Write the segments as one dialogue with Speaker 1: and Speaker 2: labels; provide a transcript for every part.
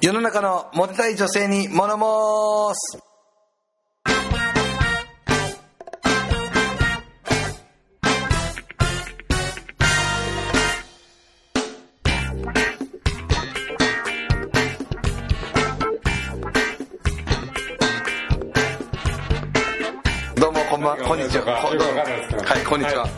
Speaker 1: 世の中のモテたい女性に物申すどうもこんばんこんにちは
Speaker 2: よくわかんないですけど
Speaker 1: はいこんにちは、
Speaker 2: はい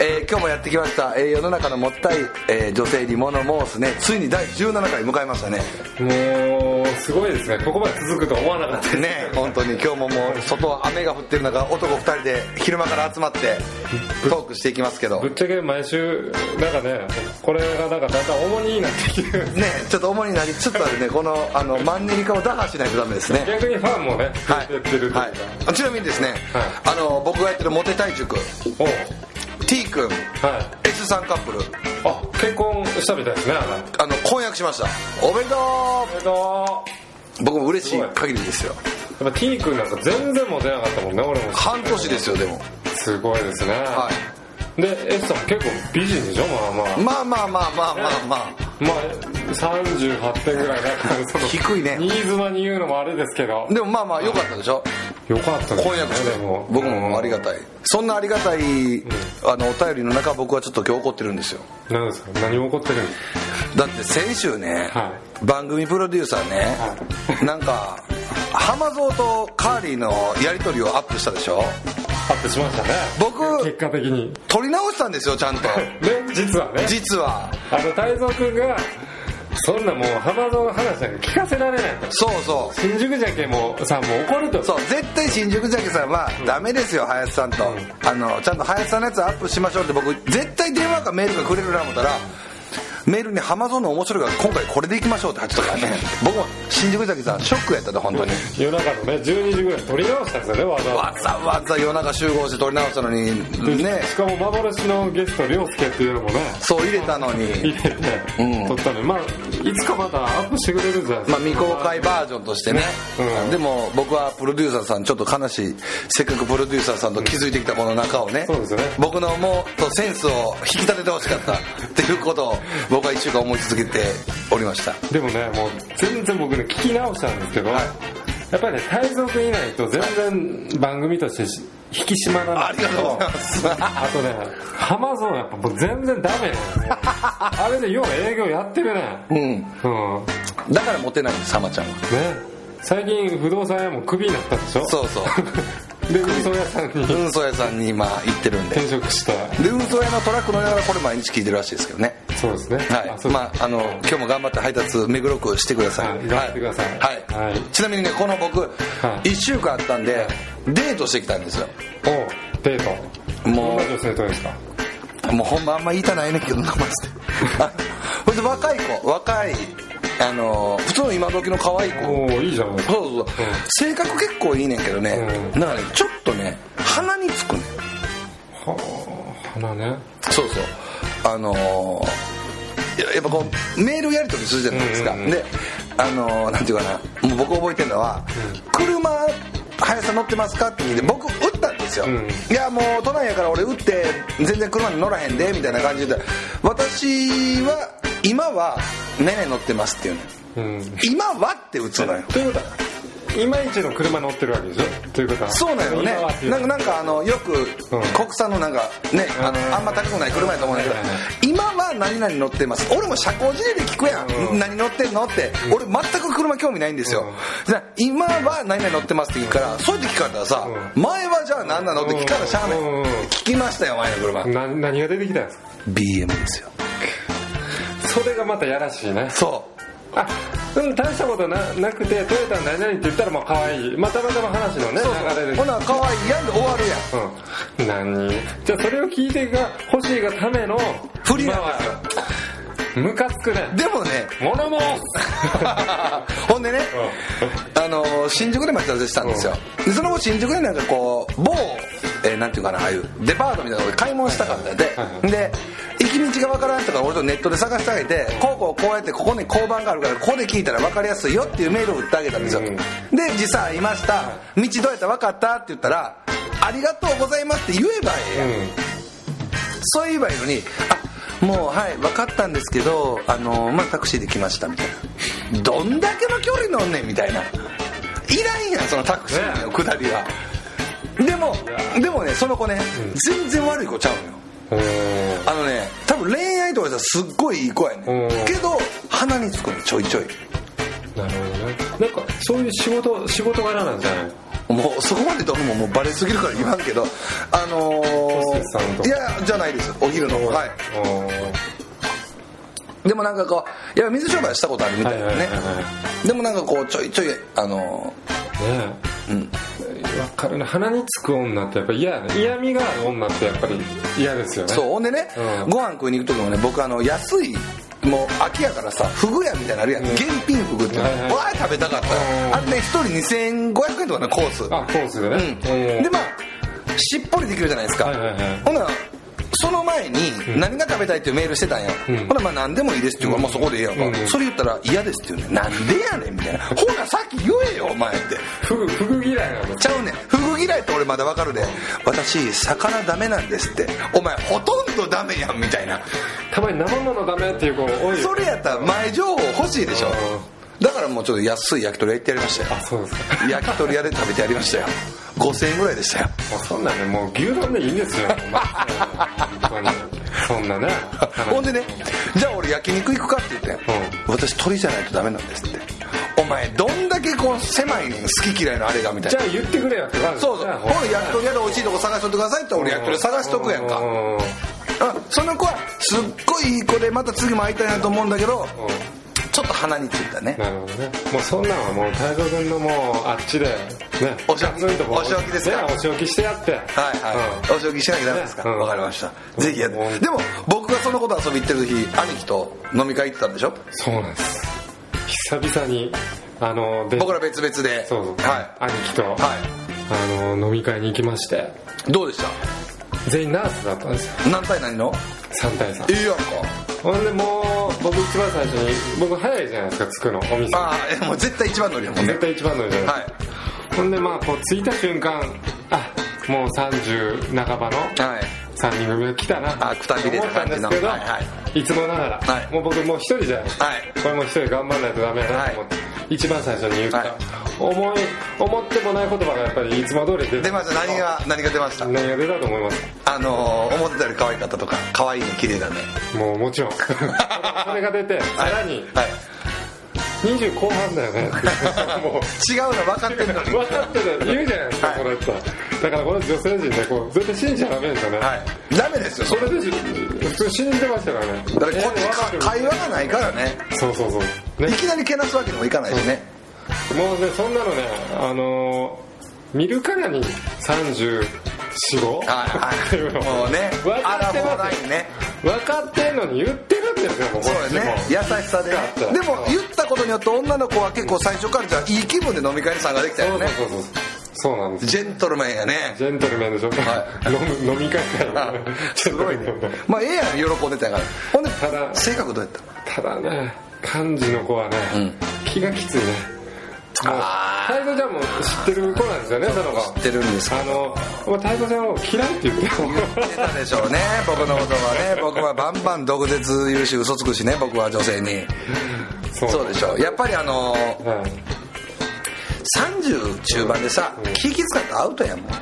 Speaker 1: えー今日もやってきました、えー世の中のもったい、えー女性に物申すねついに第17回迎えましたね
Speaker 2: もうすごいですねここまで続くとは思わなかったです
Speaker 1: ね本当に今日ももう外は雨が降ってる中男2人で昼間から集まってトークしていきますけど
Speaker 2: ぶっちゃけ毎週なんかねこれがなんかだんだん重荷になってき てる
Speaker 1: ねちょっと重になりつつあるねこのあのマンネリ化を打破しないとダメですね
Speaker 2: 逆にファンもねや
Speaker 1: は
Speaker 2: ってるという
Speaker 1: い、
Speaker 2: か、
Speaker 1: はいあ、ちなみにですね、
Speaker 2: は
Speaker 1: あの僕がやってるモテたい塾
Speaker 2: おう
Speaker 1: T 君
Speaker 2: はい
Speaker 1: S さんカップル
Speaker 2: あ結婚したみたいですねあの
Speaker 1: あの婚約しましたおめでと
Speaker 2: えっと
Speaker 1: う僕も嬉しい限りですよ
Speaker 2: やっぱ T 君なんか全然モテなかったもんね俺も
Speaker 1: 半年ですよでも
Speaker 2: すごいですね
Speaker 1: は
Speaker 2: で S さん結構美人でしょまあまあ
Speaker 1: まあまあまあまあまあまあ
Speaker 2: まあ38点ぐらいだからその
Speaker 1: 低いね
Speaker 2: 新妻に言うのもあれですけど
Speaker 1: でもまあまあ良かったでしょ
Speaker 2: よかったですね
Speaker 1: 婚約して
Speaker 2: でも
Speaker 1: 僕もありがたいそんなありがたいあのお便りの中僕はちょっと今日怒ってるんですよ
Speaker 2: 何ですか何起こってるんですか
Speaker 1: だって先週ね、
Speaker 2: は
Speaker 1: 番組プロデューサーね、なんか浜蔵とカーリーのやり取りをアップしたでしょ
Speaker 2: あってしましたね
Speaker 1: 僕
Speaker 2: 結果的にね
Speaker 1: 撮り直したんですよちゃんと
Speaker 2: 実はね
Speaker 1: 実は
Speaker 2: あの太蔵君がそんなもう浜蔵の話なんか聞かせられないと
Speaker 1: そうそう
Speaker 2: 新宿じゃけもさんも怒ると
Speaker 1: そう絶対新宿ジャケさんはダメですよ林さんとあのちゃんと林さんのやつアップしましょうって僕絶対電話かメールがくれるな思ったらメールに「浜蔵の面白いが今回これでいきましょう」って入ってたからね僕も新宿ジャケさんショックやったで本当に
Speaker 2: 夜中のね12時ぐらいに撮り直したんですよねわざわ
Speaker 1: わざわざ夜中集合して撮り直したのに
Speaker 2: ざ
Speaker 1: ね
Speaker 2: しかも幻のゲスト涼介っていうのもね
Speaker 1: そう入れたのに
Speaker 2: 入れて撮ったのにまあいつかまたアップしてくれるんじゃないです
Speaker 1: まあ
Speaker 2: か
Speaker 1: 未公開バージョンとしてね、
Speaker 2: うん
Speaker 1: でも僕はプロデューサーさんちょっと悲しいせっかくプロデューサーさんと気づいてきたこの中をね,、
Speaker 2: そうですね
Speaker 1: 僕のもっとセンスを引き立ててほしか ったっていうことを僕は1週間思い続けておりました
Speaker 2: でもねもう全然僕ね聞き直したんですけど、
Speaker 1: はい
Speaker 2: やっぱりね泰造君いないと全然番組としてし引き締まらない
Speaker 1: ありがとうございます
Speaker 2: あとね浜蔵やっぱもう全然ダ メなんですよあれでよう営業やってるね
Speaker 1: うん
Speaker 2: うんね
Speaker 1: だからモテないんですハマちゃんは
Speaker 2: 最近不動産屋もクビになったでしょ
Speaker 1: そう そう
Speaker 2: うで運送屋さんに
Speaker 1: 運送屋さんに今行ってるんで
Speaker 2: 転職した
Speaker 1: で運送屋のトラック乗りながらこれ毎日聞いてるらしいですけどね
Speaker 2: そうですね
Speaker 1: はい
Speaker 2: そう
Speaker 1: まあ、あの今日も頑張って配達目黒区してください、
Speaker 2: はい頑張ってください
Speaker 1: はい
Speaker 2: はい
Speaker 1: ちなみにねこの僕、一1週間あったんでデートしてきたんですよ
Speaker 2: おデート
Speaker 1: もう
Speaker 2: どんな女性とですか
Speaker 1: もうほんまあんま言いたないねんけど名 前してあほいで若い子若いあの普通の今時の可愛い子
Speaker 2: おおいいじゃないです
Speaker 1: そう
Speaker 2: か
Speaker 1: そうそう、性格結構いいねんけどね、
Speaker 2: うん
Speaker 1: なんかねちょっとね鼻につくねん
Speaker 2: はあ花ね
Speaker 1: そうそうあのーややっぱこうメールやり取りするじゃないですか、
Speaker 2: うんうんうん
Speaker 1: であのーなんていうかなもう僕覚えてるのは、車林さん乗ってますかって聞いて僕打ったんですよ、
Speaker 2: ん
Speaker 1: いやもう都内やから俺打って全然車に乗らへんでみたいな感じで私は今は「ねね乗ってます」っていうの
Speaker 2: うん
Speaker 1: 今はって打つのよ
Speaker 2: ということはいまいちの車乗ってるわけでしょということは
Speaker 1: そうなのね
Speaker 2: 今はっていう
Speaker 1: なんかなんかあのよく
Speaker 2: うん
Speaker 1: 国産のなんかねあ
Speaker 2: うん
Speaker 1: のあんま高くない車やと思うんだけど
Speaker 2: はいはいは
Speaker 1: 今は何々乗ってます俺も社交辞令で聞くやん、
Speaker 2: うん
Speaker 1: 何乗ってんのって俺全く車興味ないんですよ、じゃあ今は何々乗ってますって聞くからそうやって聞かれたらさ、前はじゃあ何なのって聞かれたらしゃあない、
Speaker 2: うん
Speaker 1: 聞きましたよ前の車
Speaker 2: な何が出てきたんですか
Speaker 1: BM ですよ
Speaker 2: それがまたやらしいね
Speaker 1: そう
Speaker 2: あうん大したことななくてトヨタ何々って言ったらまあ可愛いまたまたの話のね流れで
Speaker 1: ほな可愛いやんで終わるやん
Speaker 2: うん何じゃあそれを聞いてが欲しいがための
Speaker 1: 不利なん
Speaker 2: 今
Speaker 1: ですよ
Speaker 2: はムカつくね
Speaker 1: でもね
Speaker 2: 物も
Speaker 1: ほんでね、あのー新宿で待ち合わせしたんですよ、でその後新宿でなんかこう某、えーなんていうかなああいうデパートみたいなとこで買い物したかったんで、
Speaker 2: はいはい
Speaker 1: で行き道がわからんとか俺とネットで探してあげてこうこうこうやってここに交番があるからここで聞いたら分かりやすいよっていうメールを打ってあげたんですよ、
Speaker 2: うん
Speaker 1: で実際会いました道どうやった分かったって言ったらありがとうございますって言えばええやん、
Speaker 2: うん
Speaker 1: そう言えばいいのにあもうはい分かったんですけどあのまあタクシーで来ましたみたいなどんだけの距離乗んねんみたいないらんやんそのタクシーの下りは、でもでもねその子ね、全然悪い子ちゃうのよ
Speaker 2: うん
Speaker 1: あのね多分恋愛とかしたらすっごいいい子やね、
Speaker 2: うん
Speaker 1: ん、けど鼻につくのちょいちょい
Speaker 2: なるほどねなんかそういう仕事仕事柄なんじゃない
Speaker 1: もうそこまで僕ももうバレすぎるから言わんけどあの
Speaker 2: ホステスさんと
Speaker 1: ー、
Speaker 2: か
Speaker 1: いやじゃないですお昼のはいでもなんかこういや水商売したことあるみたいな
Speaker 2: はいは
Speaker 1: ね
Speaker 2: いはいは
Speaker 1: でもなんかこうちょいちょいあの
Speaker 2: ねえわかるな鼻につく女ってやっぱ嫌やね嫌味がある女ってやっぱり嫌ですよね
Speaker 1: そうほんでね、
Speaker 2: うん
Speaker 1: ご飯食いに行く時もね僕あの安いもう秋やからさフグ屋みたいなのあるやん、現品フグって
Speaker 2: はいはい
Speaker 1: わあ食べたかった
Speaker 2: うん
Speaker 1: よあれね1人2500円とかのコース
Speaker 2: あコースでね、
Speaker 1: うん、でまあしっぽりできるじゃないですか、
Speaker 2: はいはいはい
Speaker 1: ほなその前に何が食べたいっていうメールしてたんや、
Speaker 2: ん
Speaker 1: ほなまあ何でもいいですって言うから、もうそこでええやんか、
Speaker 2: うん
Speaker 1: それ言ったら嫌ですって言うねんなんでやねんみたいなほなさっき言えよお前って
Speaker 2: フグフグ嫌いなの
Speaker 1: ちゃうねんフグ嫌いって俺まだわかるで私魚ダメなんですってお前ほとんどダメやんみたいな
Speaker 2: たまに生ものダメっていう子多いよ
Speaker 1: それやったら前情報欲しいでしょだからもうちょっと安い焼き鳥屋行ってやりましたよ
Speaker 2: あそうですか
Speaker 1: 焼き鳥屋で食べてやりましたよ5000円ぐらいでしたよ
Speaker 2: もうそんなんねもう牛丼でいいんですよお前本当にそんなね
Speaker 1: ほんでねじゃあ俺焼肉行くかって言って、
Speaker 2: う
Speaker 1: 私鳥じゃないとダメなんですってお前どんだけこう狭いねん好き嫌いのあれがみたい
Speaker 2: じゃ
Speaker 1: な
Speaker 2: あ言ってくれよって感じ
Speaker 1: そうそうほら焼き鳥屋で美味しいとこ探しといてくださいって俺焼き鳥屋探しとくやんかあその子はすっごいいい子でまた次も会いたいなと思うんだけどちょっと鼻についたね
Speaker 2: なるほどねもうそんなんはもう太蔵君のもうあっちでね
Speaker 1: お仕置き
Speaker 2: そういうとこ
Speaker 1: お仕置きですか
Speaker 2: ねお仕置きしてやってはい
Speaker 1: はいはい、お仕置きしなきゃダメですか
Speaker 2: う
Speaker 1: わ、
Speaker 2: ん
Speaker 1: かりましたぜひやって
Speaker 2: うん
Speaker 1: でも僕がその子と遊び行ってる日兄貴と飲み会行ってたんでしょ
Speaker 2: そうなんです久々にあので
Speaker 1: 僕ら別々で
Speaker 2: そうそう
Speaker 1: は
Speaker 2: 兄貴と
Speaker 1: い、は
Speaker 2: あの飲み会に行きまして
Speaker 1: い、どうでし
Speaker 2: 全員ナースだったんですよ
Speaker 1: た何対何の
Speaker 2: 3対3
Speaker 1: いいやんか
Speaker 2: ほんでもう僕一番最初に僕早いじゃないですか着くのお店
Speaker 1: ああもう絶対一番乗りやもんね
Speaker 2: 絶対一番乗りじゃない
Speaker 1: は
Speaker 2: ですかほんでまあこう着いた瞬間あもう30半ばの
Speaker 1: いはい
Speaker 2: 3人組が来たな
Speaker 1: あくたびれた感じの
Speaker 2: 思ったんですけど、
Speaker 1: はいいはい
Speaker 2: つもながら、
Speaker 1: はい
Speaker 2: もう僕もう一人じゃないですか、
Speaker 1: はい
Speaker 2: これもう一人頑張らないとダメやなと思って、一番最初に言った、
Speaker 1: はい
Speaker 2: 思い思ってもない言葉がやっぱりいつも通り出て
Speaker 1: 出ました何が何が出ました
Speaker 2: 何が出たと思います
Speaker 1: あのー思ってたより可愛かったとか可愛いね綺麗だね
Speaker 2: もうも ちろんそれが出てさらに
Speaker 1: はい
Speaker 2: 20後半だよ ねもう
Speaker 1: 違うの分かってるの に
Speaker 2: 分かってる言うじゃないですか、
Speaker 1: はい
Speaker 2: これってだからこの女性陣ねこう絶対信じちゃダメですよね、
Speaker 1: はいダメですよそ
Speaker 2: そ
Speaker 1: れ
Speaker 2: れで普通信じてましたからね
Speaker 1: だってこっ
Speaker 2: えー
Speaker 1: ち
Speaker 2: 分かる
Speaker 1: か会話がないからね
Speaker 2: そうそうそうね
Speaker 1: いきなりけなすわけにもいかないしね
Speaker 2: もうねそんなのねあのー、見るからに34 5
Speaker 1: はいはいもうね
Speaker 2: 分
Speaker 1: あ
Speaker 2: からって
Speaker 1: もう
Speaker 2: ま
Speaker 1: な
Speaker 2: す
Speaker 1: いね
Speaker 2: 分かってんのに言ってるんですよもう
Speaker 1: そうよね優しさでね
Speaker 2: そう
Speaker 1: でも言ったことによって女の子は結構最初からじゃあいい気分で飲み会に参加できた
Speaker 2: そ
Speaker 1: よ
Speaker 2: う
Speaker 1: ね
Speaker 2: そうそうそうそうなんです
Speaker 1: ジェントルマンやね
Speaker 2: ジェントルメンでしょ、
Speaker 1: は
Speaker 2: 飲む飲み会から
Speaker 1: あ
Speaker 2: ね
Speaker 1: すごいね
Speaker 2: ジェントルメン
Speaker 1: まあええやん喜んでたんやからほんで
Speaker 2: ただ
Speaker 1: 性格どうやった
Speaker 2: ただね漢字の子はね、
Speaker 1: ん
Speaker 2: 気がきついねもう
Speaker 1: あ
Speaker 2: 太蔵ちゃんも知ってる子なんですよねその子
Speaker 1: 知ってるんです
Speaker 2: あのもう太蔵ちゃんを嫌いって言ってたもん
Speaker 1: 出たでしょうね僕のことはね僕はバンバン毒舌言うし嘘つくしね僕は女性に
Speaker 2: そう
Speaker 1: そうでしょうやっぱりあのー
Speaker 2: はい
Speaker 1: 30中盤でさ気気使ったらアウトやもん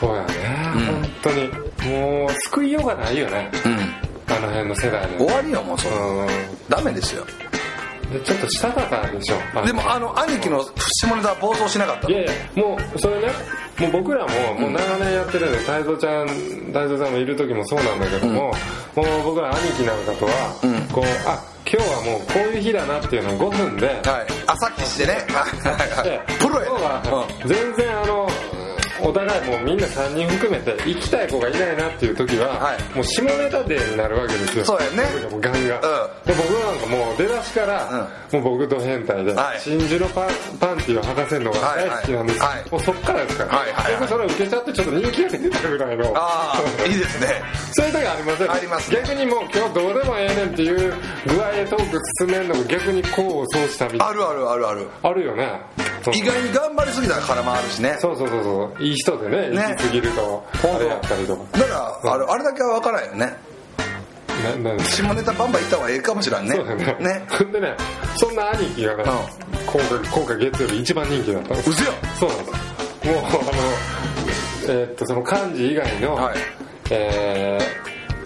Speaker 2: そうやね、本当にもう救いようがないよね
Speaker 1: うん
Speaker 2: あの辺の世代で
Speaker 1: 終わりよもうそう
Speaker 2: う
Speaker 1: ダメですよ
Speaker 2: んでちょっとしたかったでしょあの
Speaker 1: でもあの兄貴の下ネタは暴走しなかった
Speaker 2: いやいやもうそれねもう僕らももう長年やってるんで太蔵ちゃん太蔵さんもいる時もそうなんだけども、もう僕ら兄貴なんかとは、
Speaker 1: うん
Speaker 2: こうあ今日はもうこういう日だなっていうのを5分で、
Speaker 1: はい朝起してねはいはい
Speaker 2: で
Speaker 1: はいプロ
Speaker 2: 今日
Speaker 1: や
Speaker 2: は全然あのお互いもうみんな3人含めて行きたい子がいないなっていう時は、
Speaker 1: はい
Speaker 2: もう下ネタデーになるわけですよ
Speaker 1: そうやね
Speaker 2: 僕らもガンガン、
Speaker 1: う
Speaker 2: で僕なんかもう出だしから、もう僕ド変態で、
Speaker 1: はい
Speaker 2: 真珠のパンパンティを履かせるのが大好きなんです、
Speaker 1: はいはいはい
Speaker 2: もうそっからですから、
Speaker 1: はいはいはい
Speaker 2: 僕それを受けちゃってちょっと人気が出てたぐらいの
Speaker 1: ああいいですね
Speaker 2: そういう時ありません
Speaker 1: ありますね
Speaker 2: 逆にもう今日どうでもええねんっていう具合でトーク進めるのも逆に功を奏したみたい
Speaker 1: あるあるあるある
Speaker 2: あるよねそう
Speaker 1: 意外に頑張りすぎたら空回るしね
Speaker 2: そうそうそうそういい人でね
Speaker 1: ね
Speaker 2: 行き過ぎると
Speaker 1: 当
Speaker 2: あれやったりとか
Speaker 1: だからあれあれだけは分からんよね
Speaker 2: ななんです
Speaker 1: 下ネタバンバン行った方がええかもしらんね
Speaker 2: そうだね
Speaker 1: ね
Speaker 2: でねそんな兄貴がね、
Speaker 1: うん
Speaker 2: 今回今回月曜日一番人気だったんです
Speaker 1: うせよ
Speaker 2: そうなんですもうあのえーっとその漢字以外の、
Speaker 1: はい
Speaker 2: え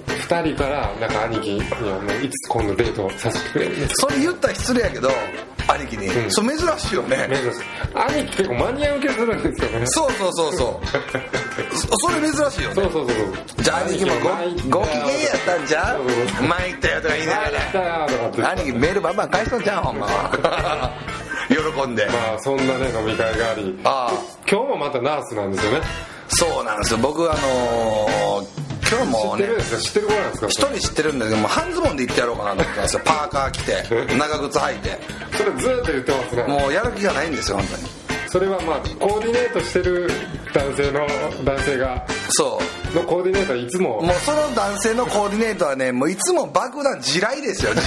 Speaker 2: ー、2人からなんか兄貴にはもういつ今度デートさせてくれるんです
Speaker 1: それ言ったら失礼やけど兄貴に、
Speaker 2: うん
Speaker 1: そう珍しいよね、
Speaker 2: 珍しい兄貴結構マニア受けするんですよね
Speaker 1: そうそうそう そうそそれ珍しいよ
Speaker 2: そ
Speaker 1: ね
Speaker 2: うそうそうそう
Speaker 1: じゃあ兄貴もごご機嫌やったんじゃん
Speaker 2: そうそうそう
Speaker 1: 参ったよとか言いなが
Speaker 2: 来たよとかって
Speaker 1: ら兄貴メールバンバン返しとんじゃんほんま 喜んで
Speaker 2: まあそんなね飲み会があり
Speaker 1: ああ
Speaker 2: 今日もまたナースなんですよね
Speaker 1: そうなんですよ僕あのー今日
Speaker 2: 知
Speaker 1: も
Speaker 2: っ
Speaker 1: ね
Speaker 2: てるんですか知ってる子なんですか
Speaker 1: 一人知ってるんだけどもう半ズボンで行ってやろうかなと思ってますよパーカー着て長靴履いて
Speaker 2: それずっと言ってますね
Speaker 1: もうやる気がないんですよ本当に
Speaker 2: それはまあコーディネートしてる男性の男性が
Speaker 1: そ
Speaker 2: のコーディネートはいつ
Speaker 1: う
Speaker 2: も
Speaker 1: もうその男性のコーディネートはねもういつも爆弾地雷ですよ地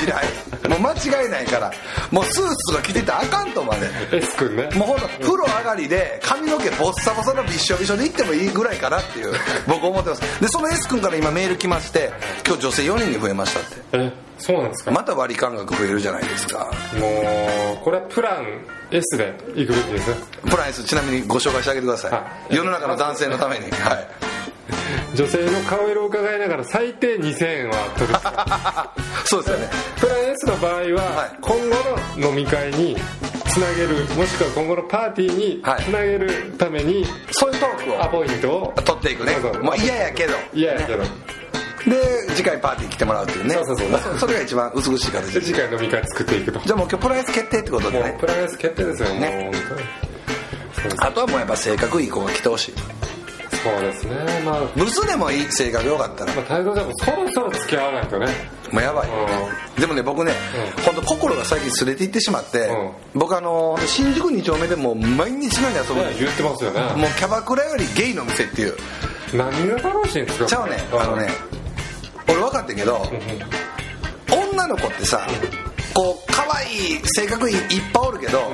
Speaker 1: 雷もう間違いないからもうスーツとか着ててあかんとまで
Speaker 2: S 君ね
Speaker 1: もうほんと風呂上がりで髪の毛ボッサボサのびっしょびしょで行ってもいいぐらいかな っていう僕思ってますでその S 君から今メール来まして今日女性4人に増えましたって
Speaker 2: えそうなんですか
Speaker 1: また割り勘額増えるじゃないですか
Speaker 2: もうこれはプラン S で行くべきですね
Speaker 1: プライスちなみにご紹介してあげてください、
Speaker 2: は
Speaker 1: 世の中の男性のために、はい、
Speaker 2: 女性の顔色を伺いながら最低2000円は取る
Speaker 1: そうですよね
Speaker 2: プラン S の場合
Speaker 1: はい
Speaker 2: は今後の飲み会につなげるもしくは今後のパーティーに
Speaker 1: はい
Speaker 2: つなげるために
Speaker 1: そういうトーク
Speaker 2: ア
Speaker 1: を
Speaker 2: ポイントを
Speaker 1: 取っていくね
Speaker 2: そうそう
Speaker 1: もう嫌やけど
Speaker 2: いやいやけど
Speaker 1: で次回パーティー来てもらうっていうね
Speaker 2: そうそうそう
Speaker 1: まあそれが一番美しい形
Speaker 2: で
Speaker 1: で
Speaker 2: 次回飲み会作っていくとも
Speaker 1: じゃあもう今日プライス決定ってことで
Speaker 2: う
Speaker 1: ね
Speaker 2: プラン S 決定ですよもう
Speaker 1: ね
Speaker 2: 本当に
Speaker 1: あとはもうやっぱ性格いい子が来てほしい
Speaker 2: そうですねまあ
Speaker 1: ブスでもいい性格よかったら
Speaker 2: まあ太蔵ちゃんもそろそろ付き合わないとね
Speaker 1: もうやばい
Speaker 2: うん
Speaker 1: でもね僕ね、
Speaker 2: うん
Speaker 1: 本当心が最近すれていってしまって、
Speaker 2: うん
Speaker 1: 僕あの新宿2丁目でもう毎日のように遊ぶんで
Speaker 2: ね
Speaker 1: す
Speaker 2: 言ってますよね
Speaker 1: もうキャバクラよりゲイの店っていう
Speaker 2: 何が楽しいんですか
Speaker 1: ちゃうねあのね俺分かってんけど女の子ってさこう可愛い性格いいいっぱいおるけど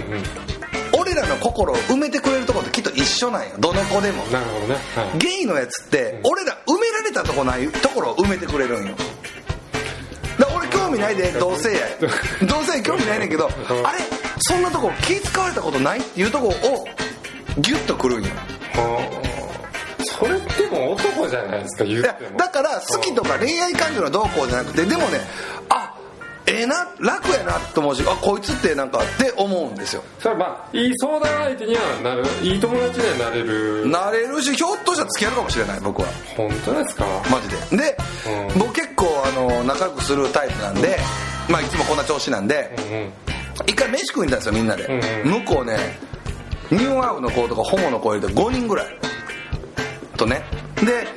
Speaker 1: 俺らの心を埋めてくれるとこってきっと一緒なんよどの子でも
Speaker 2: なるほどね、はい
Speaker 1: ゲイのやつって俺ら埋められたとこないところを埋めてくれるんよだから俺興味ないで同性愛 同性愛興味ないねんけどあれそんなとこ気使われたことないっていうとこをギュッとくるんよ
Speaker 2: あーそれってもう男じゃないですか言っ
Speaker 1: いや
Speaker 2: ても
Speaker 1: だから好きとか恋愛感情のどうこうじゃなくてでもねあええな楽やなと思うしあこいつってなんかって思うんですよ
Speaker 2: それはまあいい相談相手にはなるいい友達にはなれる
Speaker 1: なれるしひょっとしたら付き合うかもしれない僕は
Speaker 2: 本当ですか
Speaker 1: マジでで、
Speaker 2: うん
Speaker 1: 僕結構あの仲良くするタイプなんで、まあ、いつもこんな調子なんで、
Speaker 2: うんうん
Speaker 1: 一回飯食いに行ったんですよみんなで、
Speaker 2: うん
Speaker 1: 向こうねニューアウの子とかホモの子入れて5人ぐらいとねで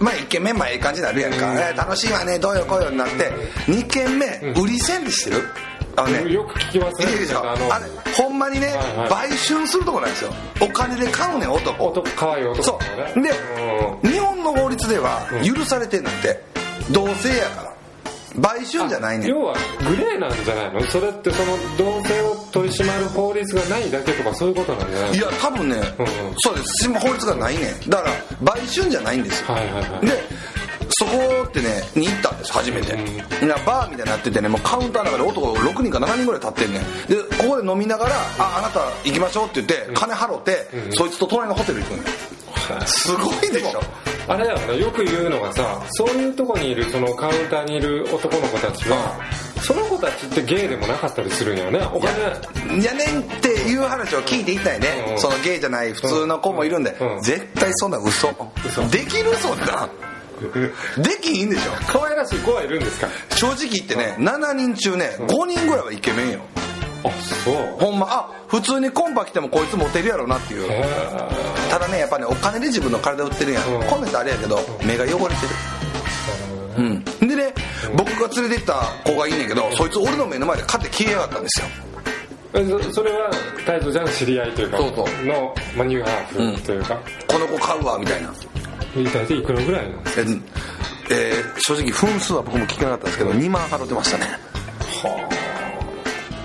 Speaker 1: まあ1軒目まあええ感じになるやんか、
Speaker 2: うん
Speaker 1: えー楽しいわねどうよこうよになって2軒目売り線でしてるあのねいい
Speaker 2: よく聞きますね
Speaker 1: でしょ
Speaker 2: あ
Speaker 1: あ
Speaker 2: の
Speaker 1: れほんまにね、
Speaker 2: はいは
Speaker 1: 売
Speaker 2: い
Speaker 1: 春するとこなんですよお金で買うねん男
Speaker 2: 男可愛い男
Speaker 1: そ
Speaker 2: とかね
Speaker 1: うで
Speaker 2: うん
Speaker 1: 日本の法律では
Speaker 2: うん
Speaker 1: 許されてんだって同性やから売春じゃないねん
Speaker 2: 要はグレーなんじゃないのそれってその同性を取り締まる法律がないだけとかそういうことなんじゃない
Speaker 1: い
Speaker 2: の
Speaker 1: や多分ね、
Speaker 2: うん
Speaker 1: そうです法律がないねんだから売春じゃないんですよ、
Speaker 2: はいはいはい
Speaker 1: でそこってねに行ったんです初めて、
Speaker 2: う
Speaker 1: なバーみたいになっててねもうカウンターの中で男が6人か7人ぐらい立ってんねんでここで飲みながら「ああなた行きましょう」って言って金払って、
Speaker 2: うん
Speaker 1: そいつと隣のホテル行くんすごいでしょ
Speaker 2: あれだよねよく言うのがさそういうとこにいるそのカウンターにいる男の子たちはその子たちってゲイでもなかったりするんやよねお金
Speaker 1: やねんっていう話を聞いていたいね、
Speaker 2: うん
Speaker 1: そのゲイじゃない普通の子もいるんで、
Speaker 2: うん
Speaker 1: 絶対そんな嘘
Speaker 2: 嘘
Speaker 1: できるそんなできひんでしょ
Speaker 2: 可愛らしい子はいるんですか
Speaker 1: 正直言ってね7人中ね5人ぐらいはイケメンよ
Speaker 2: あそう
Speaker 1: ほんまあ普通にコンパ来てもこいつモテるやろなっていう
Speaker 2: へ
Speaker 1: ただねやっぱねお金で自分の体売ってるやん
Speaker 2: うん
Speaker 1: コメントあれやけど目が汚れてるうんでね僕が連れてった子がいいねんけどそいつ俺の目の前で勝って消えやがったんですよ
Speaker 2: えそそれは太蔵ちゃんの知り合いというか
Speaker 1: そうそう
Speaker 2: の、まあ、ニューハーフというか、
Speaker 1: この子買うわみたいな
Speaker 2: 大体いくらぐらいなんです
Speaker 1: ええー正直分数は僕も聞けなかったんですけど2万払ってましたね
Speaker 2: かは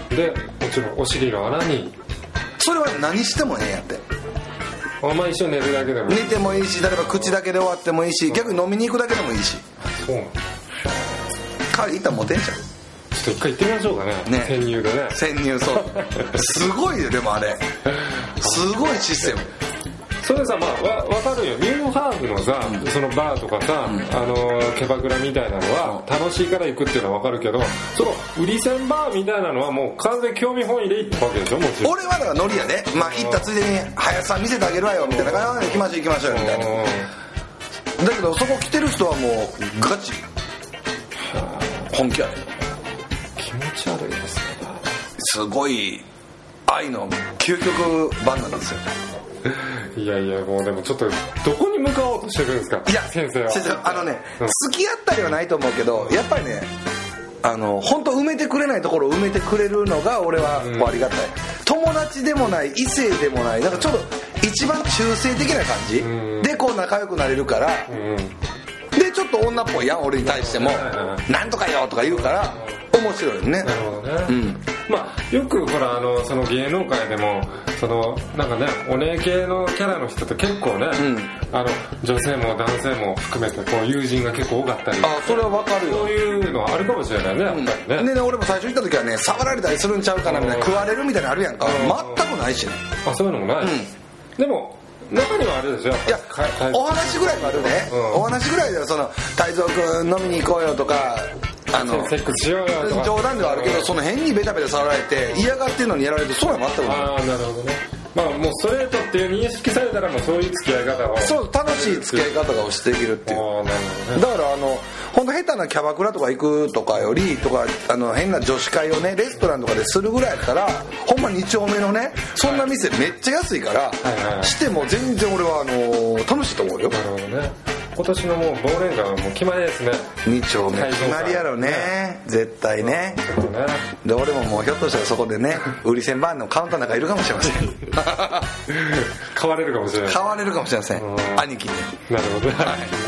Speaker 2: でもちろんお尻の穴に
Speaker 1: それは何してもええんやって
Speaker 2: あんまあ一緒に寝るだけでも、
Speaker 1: 寝てもいいし例えば口だけで終わってもいいし逆に飲みに行くだけでもいいし
Speaker 2: そう
Speaker 1: 代わり板持てんじゃん
Speaker 2: っと一回行ってみましょうかね
Speaker 1: ね
Speaker 2: 潜入でね
Speaker 1: 潜入そうすごいよでもあれすごいシステム
Speaker 2: それさまあわわかるよニューハーフのさ、そのバーとかさ、あのーキャバクラみたいなのは楽しいから行くっていうのはわかるけどその売り線バーみたいなのはもう完全に興味本位で行ったわけでしょもちろん
Speaker 1: 俺はだからノリやで、まあ、行ったついでに「林さん見せてあげるわよ」みたいな感じで「行きましょう行きましょう」みたいな
Speaker 2: うん
Speaker 1: だけどそこ来てる人はもうガチ本気やで
Speaker 2: 気持ち悪いですね
Speaker 1: すごい愛の究極版なんですよ
Speaker 2: いやいやもうでもちょっとどこに向かおうとしてるんですか
Speaker 1: いや
Speaker 2: 先生は
Speaker 1: あのね
Speaker 2: うん
Speaker 1: 付き合ったりはないと思うけどやっぱりねあの本当埋めてくれないところを埋めてくれるのが俺はこうありがたい、友達でもない異性でもないなんかちょっと一番中性的な感じ、
Speaker 2: うん
Speaker 1: でこう仲良くなれるから、
Speaker 2: うん
Speaker 1: でちょっと女っぽいやん俺に対しても「
Speaker 2: う
Speaker 1: なんとかよ」とか言うから面白いよね
Speaker 2: なるほどね、
Speaker 1: うん
Speaker 2: まあよくほらあのその芸能界でもそのなんかねお姉系のキャラの人って結構ね、
Speaker 1: ん
Speaker 2: あの女性も男性も含めてこう友人が結構多かったり
Speaker 1: あそれはわかるよ
Speaker 2: そういうのはあるかもしれないねやっぱりね、
Speaker 1: でね俺も最初行った時はね触られたりするんちゃうかなみたいな食われるみたいなのあるやんか
Speaker 2: うん
Speaker 1: 全くないしね
Speaker 2: あそういうのもない、でも中にはあれでしょやっ
Speaker 1: いや
Speaker 2: ぱりかか
Speaker 1: お話ぐらいはあるね
Speaker 2: うん
Speaker 1: お話ぐらいではその泰造君飲みに行こうよとかあの
Speaker 2: セックスしようよとか
Speaker 1: 冗談ではあるけ
Speaker 2: う
Speaker 1: ど
Speaker 2: ん
Speaker 1: その変にベタベタ触られて嫌がってるのにやられるとそれは全くない
Speaker 2: ああなるほどねまあもうストレートっていう認識されたらもうそういう付き合い方を
Speaker 1: そう楽しい付き合い方がしていけるって
Speaker 2: あ
Speaker 1: い
Speaker 2: あ
Speaker 1: う
Speaker 2: なるほどね
Speaker 1: だからあの本当下手なキャバクラとか行くとかよりとかあの変な女子会をねレストランとかでするぐらいやったらほんま2丁目のねそんな店めっちゃ安いから、
Speaker 2: はいはい
Speaker 1: しても全然俺はあの楽しいと思うよ
Speaker 2: なるほどね今年のもう忘年会はもう決まりですね
Speaker 1: 2丁目
Speaker 2: はい
Speaker 1: 決まりやろね絶対ね
Speaker 2: ちょっとね
Speaker 1: で俺ももうひょっとしたらそこでね売り線バーのカウンターなんかいるかもしれません
Speaker 2: 買われるかもしれない
Speaker 1: 買われるかもしれません
Speaker 2: うん
Speaker 1: 兄貴に
Speaker 2: なるほどね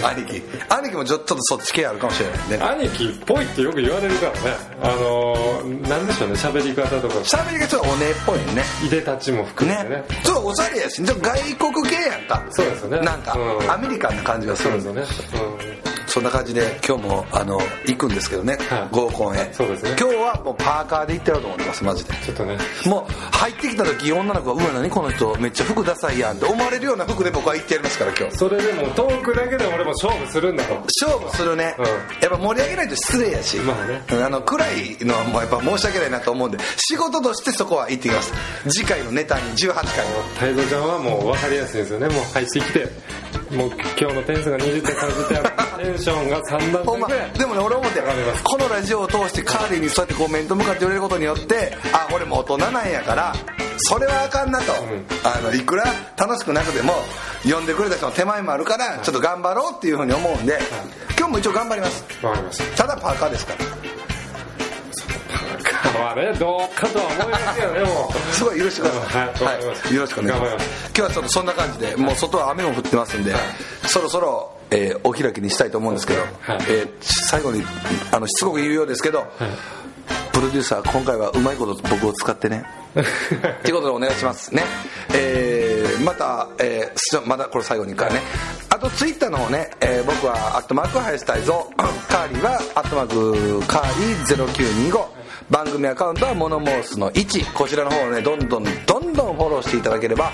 Speaker 1: 兄貴兄貴もちょっとそっち系あるかもしれないんでね
Speaker 2: 兄貴っぽいってよく言われるからねあのー、なんでしょうね喋り方とか
Speaker 1: 喋りがちょっとお姉っぽいね
Speaker 2: いでたちも含めてね
Speaker 1: ね、ちょっとおしゃれやしちょっと外国系やんか
Speaker 2: そうですよね
Speaker 1: なんか、
Speaker 2: うん
Speaker 1: アメリカンな感じがす
Speaker 2: そう
Speaker 1: る
Speaker 2: で
Speaker 1: ん
Speaker 2: す
Speaker 1: で
Speaker 2: よね、
Speaker 1: そんな感じで今日もあの行くんですけどね、
Speaker 2: はい
Speaker 1: 合コンへ
Speaker 2: そうですね
Speaker 1: 今日はもうパーカーで行ってやろうと思ってますマジで
Speaker 2: うん、ちょっとね
Speaker 1: もう入ってきた時女の子が「うわ何この人めっちゃ服ダサいやん」って思われるような服で僕は行ってやりますから今日
Speaker 2: それでもうトークだけで俺も勝負するんだと
Speaker 1: 勝負するね、
Speaker 2: うん
Speaker 1: やっぱ盛り上げないと失礼やし、
Speaker 2: まあね
Speaker 1: あの暗いのはもうやっぱ申し訳ないなと思うんで仕事としてそこは行ってきます次回のネタに18回
Speaker 2: 太蔵ちゃんはもう分かりやすいですよねもう入ってきてもう今日の点数が20点30点テンションが3段
Speaker 1: ほん
Speaker 2: 階
Speaker 1: ま
Speaker 2: ぐらい
Speaker 1: でもね俺思って
Speaker 2: わかります
Speaker 1: このラジオを通してカーリーにそうやってこう面と向かって言われることによってあ俺も大人なんやからそれはあかんなと、
Speaker 2: ん
Speaker 1: あのいくら楽しくなくても呼んでくれた人の手前もあるからちょっと頑張ろうっていうふうに思うんで、今日も一応頑張ります
Speaker 2: わかりました
Speaker 1: ただパーカーですから
Speaker 2: まあねどうかとは思いますけどねもう
Speaker 1: すごい許してください
Speaker 2: はいわかりました
Speaker 1: よろしくお願いし
Speaker 2: 頑張
Speaker 1: ま
Speaker 2: り
Speaker 1: す
Speaker 2: ま
Speaker 1: 今日はちょっとそんな感じでもう外は雨も降ってますんで、そろそろ、えーお開きにしたいと思うんですけど、
Speaker 2: はい
Speaker 1: えー最後にあのしつこく言うようですけど、プロデューサー今回はうまいこと僕を使って ねということでお願いしますねえーまた、えーすまだこれ最後にからねあとツイッターの方ね、えー僕は「アットマーク林泰造」 カーリーは「アットマークカーリー0925」番組アカウントは「モノモースの1」こちらの方をねどんどんどんどんフォローしていただければ、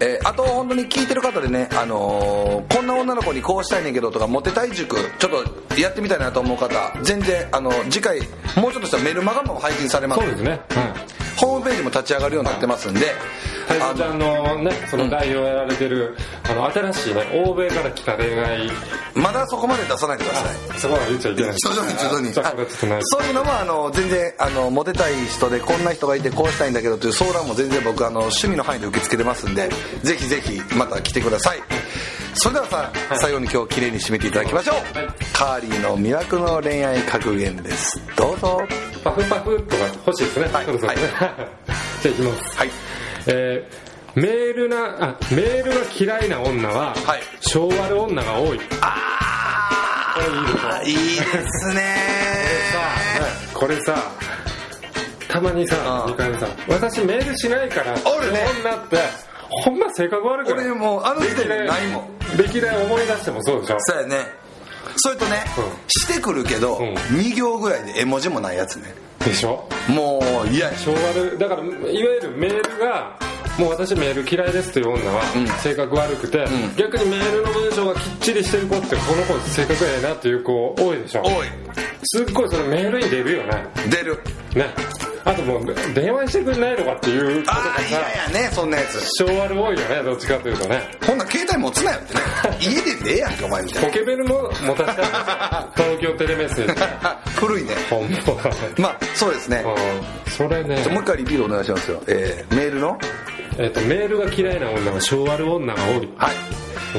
Speaker 1: えーあと本当に聞いてる方でね、あのーこんな女の子にこうしたいねんけどとかモテたい塾ちょっとやってみたいなと思う方全然、あの次回もうちょっとしたらメルマガも配信されます
Speaker 2: そうですね、はい
Speaker 1: ホームページも立ち上がるようになってますんで、
Speaker 2: 太
Speaker 1: あ
Speaker 2: 蔵ちゃんのねその代表をやられてる、あの新しいね欧米から来た恋愛
Speaker 1: のまだそこまで出さないでください
Speaker 2: そこは言っちゃいけない
Speaker 1: 徐々に徐々に
Speaker 2: じゃあこれはちょっとない
Speaker 1: はいそういうのもあの全然あのモテたい人でこんな人がいてこうしたいんだけどという相談も全然僕あの趣味の範囲で受け付けてますんでぜひぜひまた来てくださいそれではさ、最後に今日綺麗に締めていただきましょう、
Speaker 2: はい
Speaker 1: カーリーの魅惑の恋愛格言ですどうぞ
Speaker 2: パフパフとか欲しいですね、
Speaker 1: はい
Speaker 2: そろそろね じゃあいきます
Speaker 1: はい
Speaker 2: えーメールなあメールが嫌いな女は、
Speaker 1: はい
Speaker 2: 昭和の女が多い
Speaker 1: あ
Speaker 2: こ
Speaker 1: ー
Speaker 2: れ
Speaker 1: い
Speaker 2: いい
Speaker 1: い
Speaker 2: でしょ
Speaker 1: ですね
Speaker 2: これさたまにさ
Speaker 1: うん
Speaker 2: 二回目さ私メールしないから
Speaker 1: おるね
Speaker 2: 女ってほんま性格悪くない
Speaker 1: 俺もうあの時点でないもん
Speaker 2: 歴代歴代思い出してもそうでしょ
Speaker 1: そうやねそれとね、
Speaker 2: うん
Speaker 1: してくるけど、
Speaker 2: ん
Speaker 1: 2行ぐらいで絵文字もないやつね
Speaker 2: でしょ
Speaker 1: もう嫌やし
Speaker 2: 昭和でだからいわゆるメールがもう私メール嫌いですという女は性格悪くて、逆にメールの文章がきっちりしてる子ってこの子性格ええなっていう子多いでしょ
Speaker 1: おい
Speaker 2: すっごいそのメールに出るよね
Speaker 1: 出る
Speaker 2: ねあともう電話してくれないのかっていうことが
Speaker 1: ああ嫌
Speaker 2: さ
Speaker 1: やねそんなやつ
Speaker 2: 昭和で多いよねどっちかというとね
Speaker 1: ほんなら携帯持つなよって ね家ででええやんけお前みたい
Speaker 2: ポケベルも持たせたいんですよ東京テレメッセージ
Speaker 1: な 古いね
Speaker 2: 本当だね
Speaker 1: まあそうですね
Speaker 2: うんそれね
Speaker 1: じゃあもう一回リピートお願いしますよ、えー、メールの
Speaker 2: えっとメールが嫌いな女は昭和の女が多い
Speaker 1: はい、
Speaker 2: うん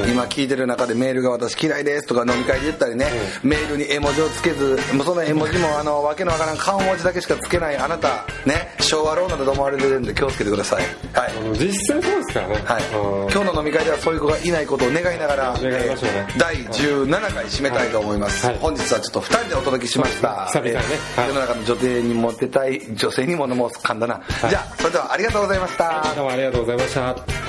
Speaker 1: 今聞いてる中でメールが私嫌いですとか飲み会で言ったりね、メールに絵文字をつけずもうその絵文字もあ のわけのわからん顔文字だけしかつけないあなたね昭和ローナだと思われてるんで気をつけてくださいはい
Speaker 2: あの実際そうですからね、
Speaker 1: はい、
Speaker 2: うん
Speaker 1: 今日の飲み会ではそういう子がいないことを願いながら、
Speaker 2: 願いましょうね
Speaker 1: えー第17回締めたいと思います、
Speaker 2: はいはい
Speaker 1: 本日はちょっと2人でお届けしました、
Speaker 2: 久々にね
Speaker 1: えー
Speaker 2: はい
Speaker 1: 世の中の女性にモテたい女性にものも噛んだな、じゃあそれではありがとうございました、
Speaker 2: どうもありがとうございました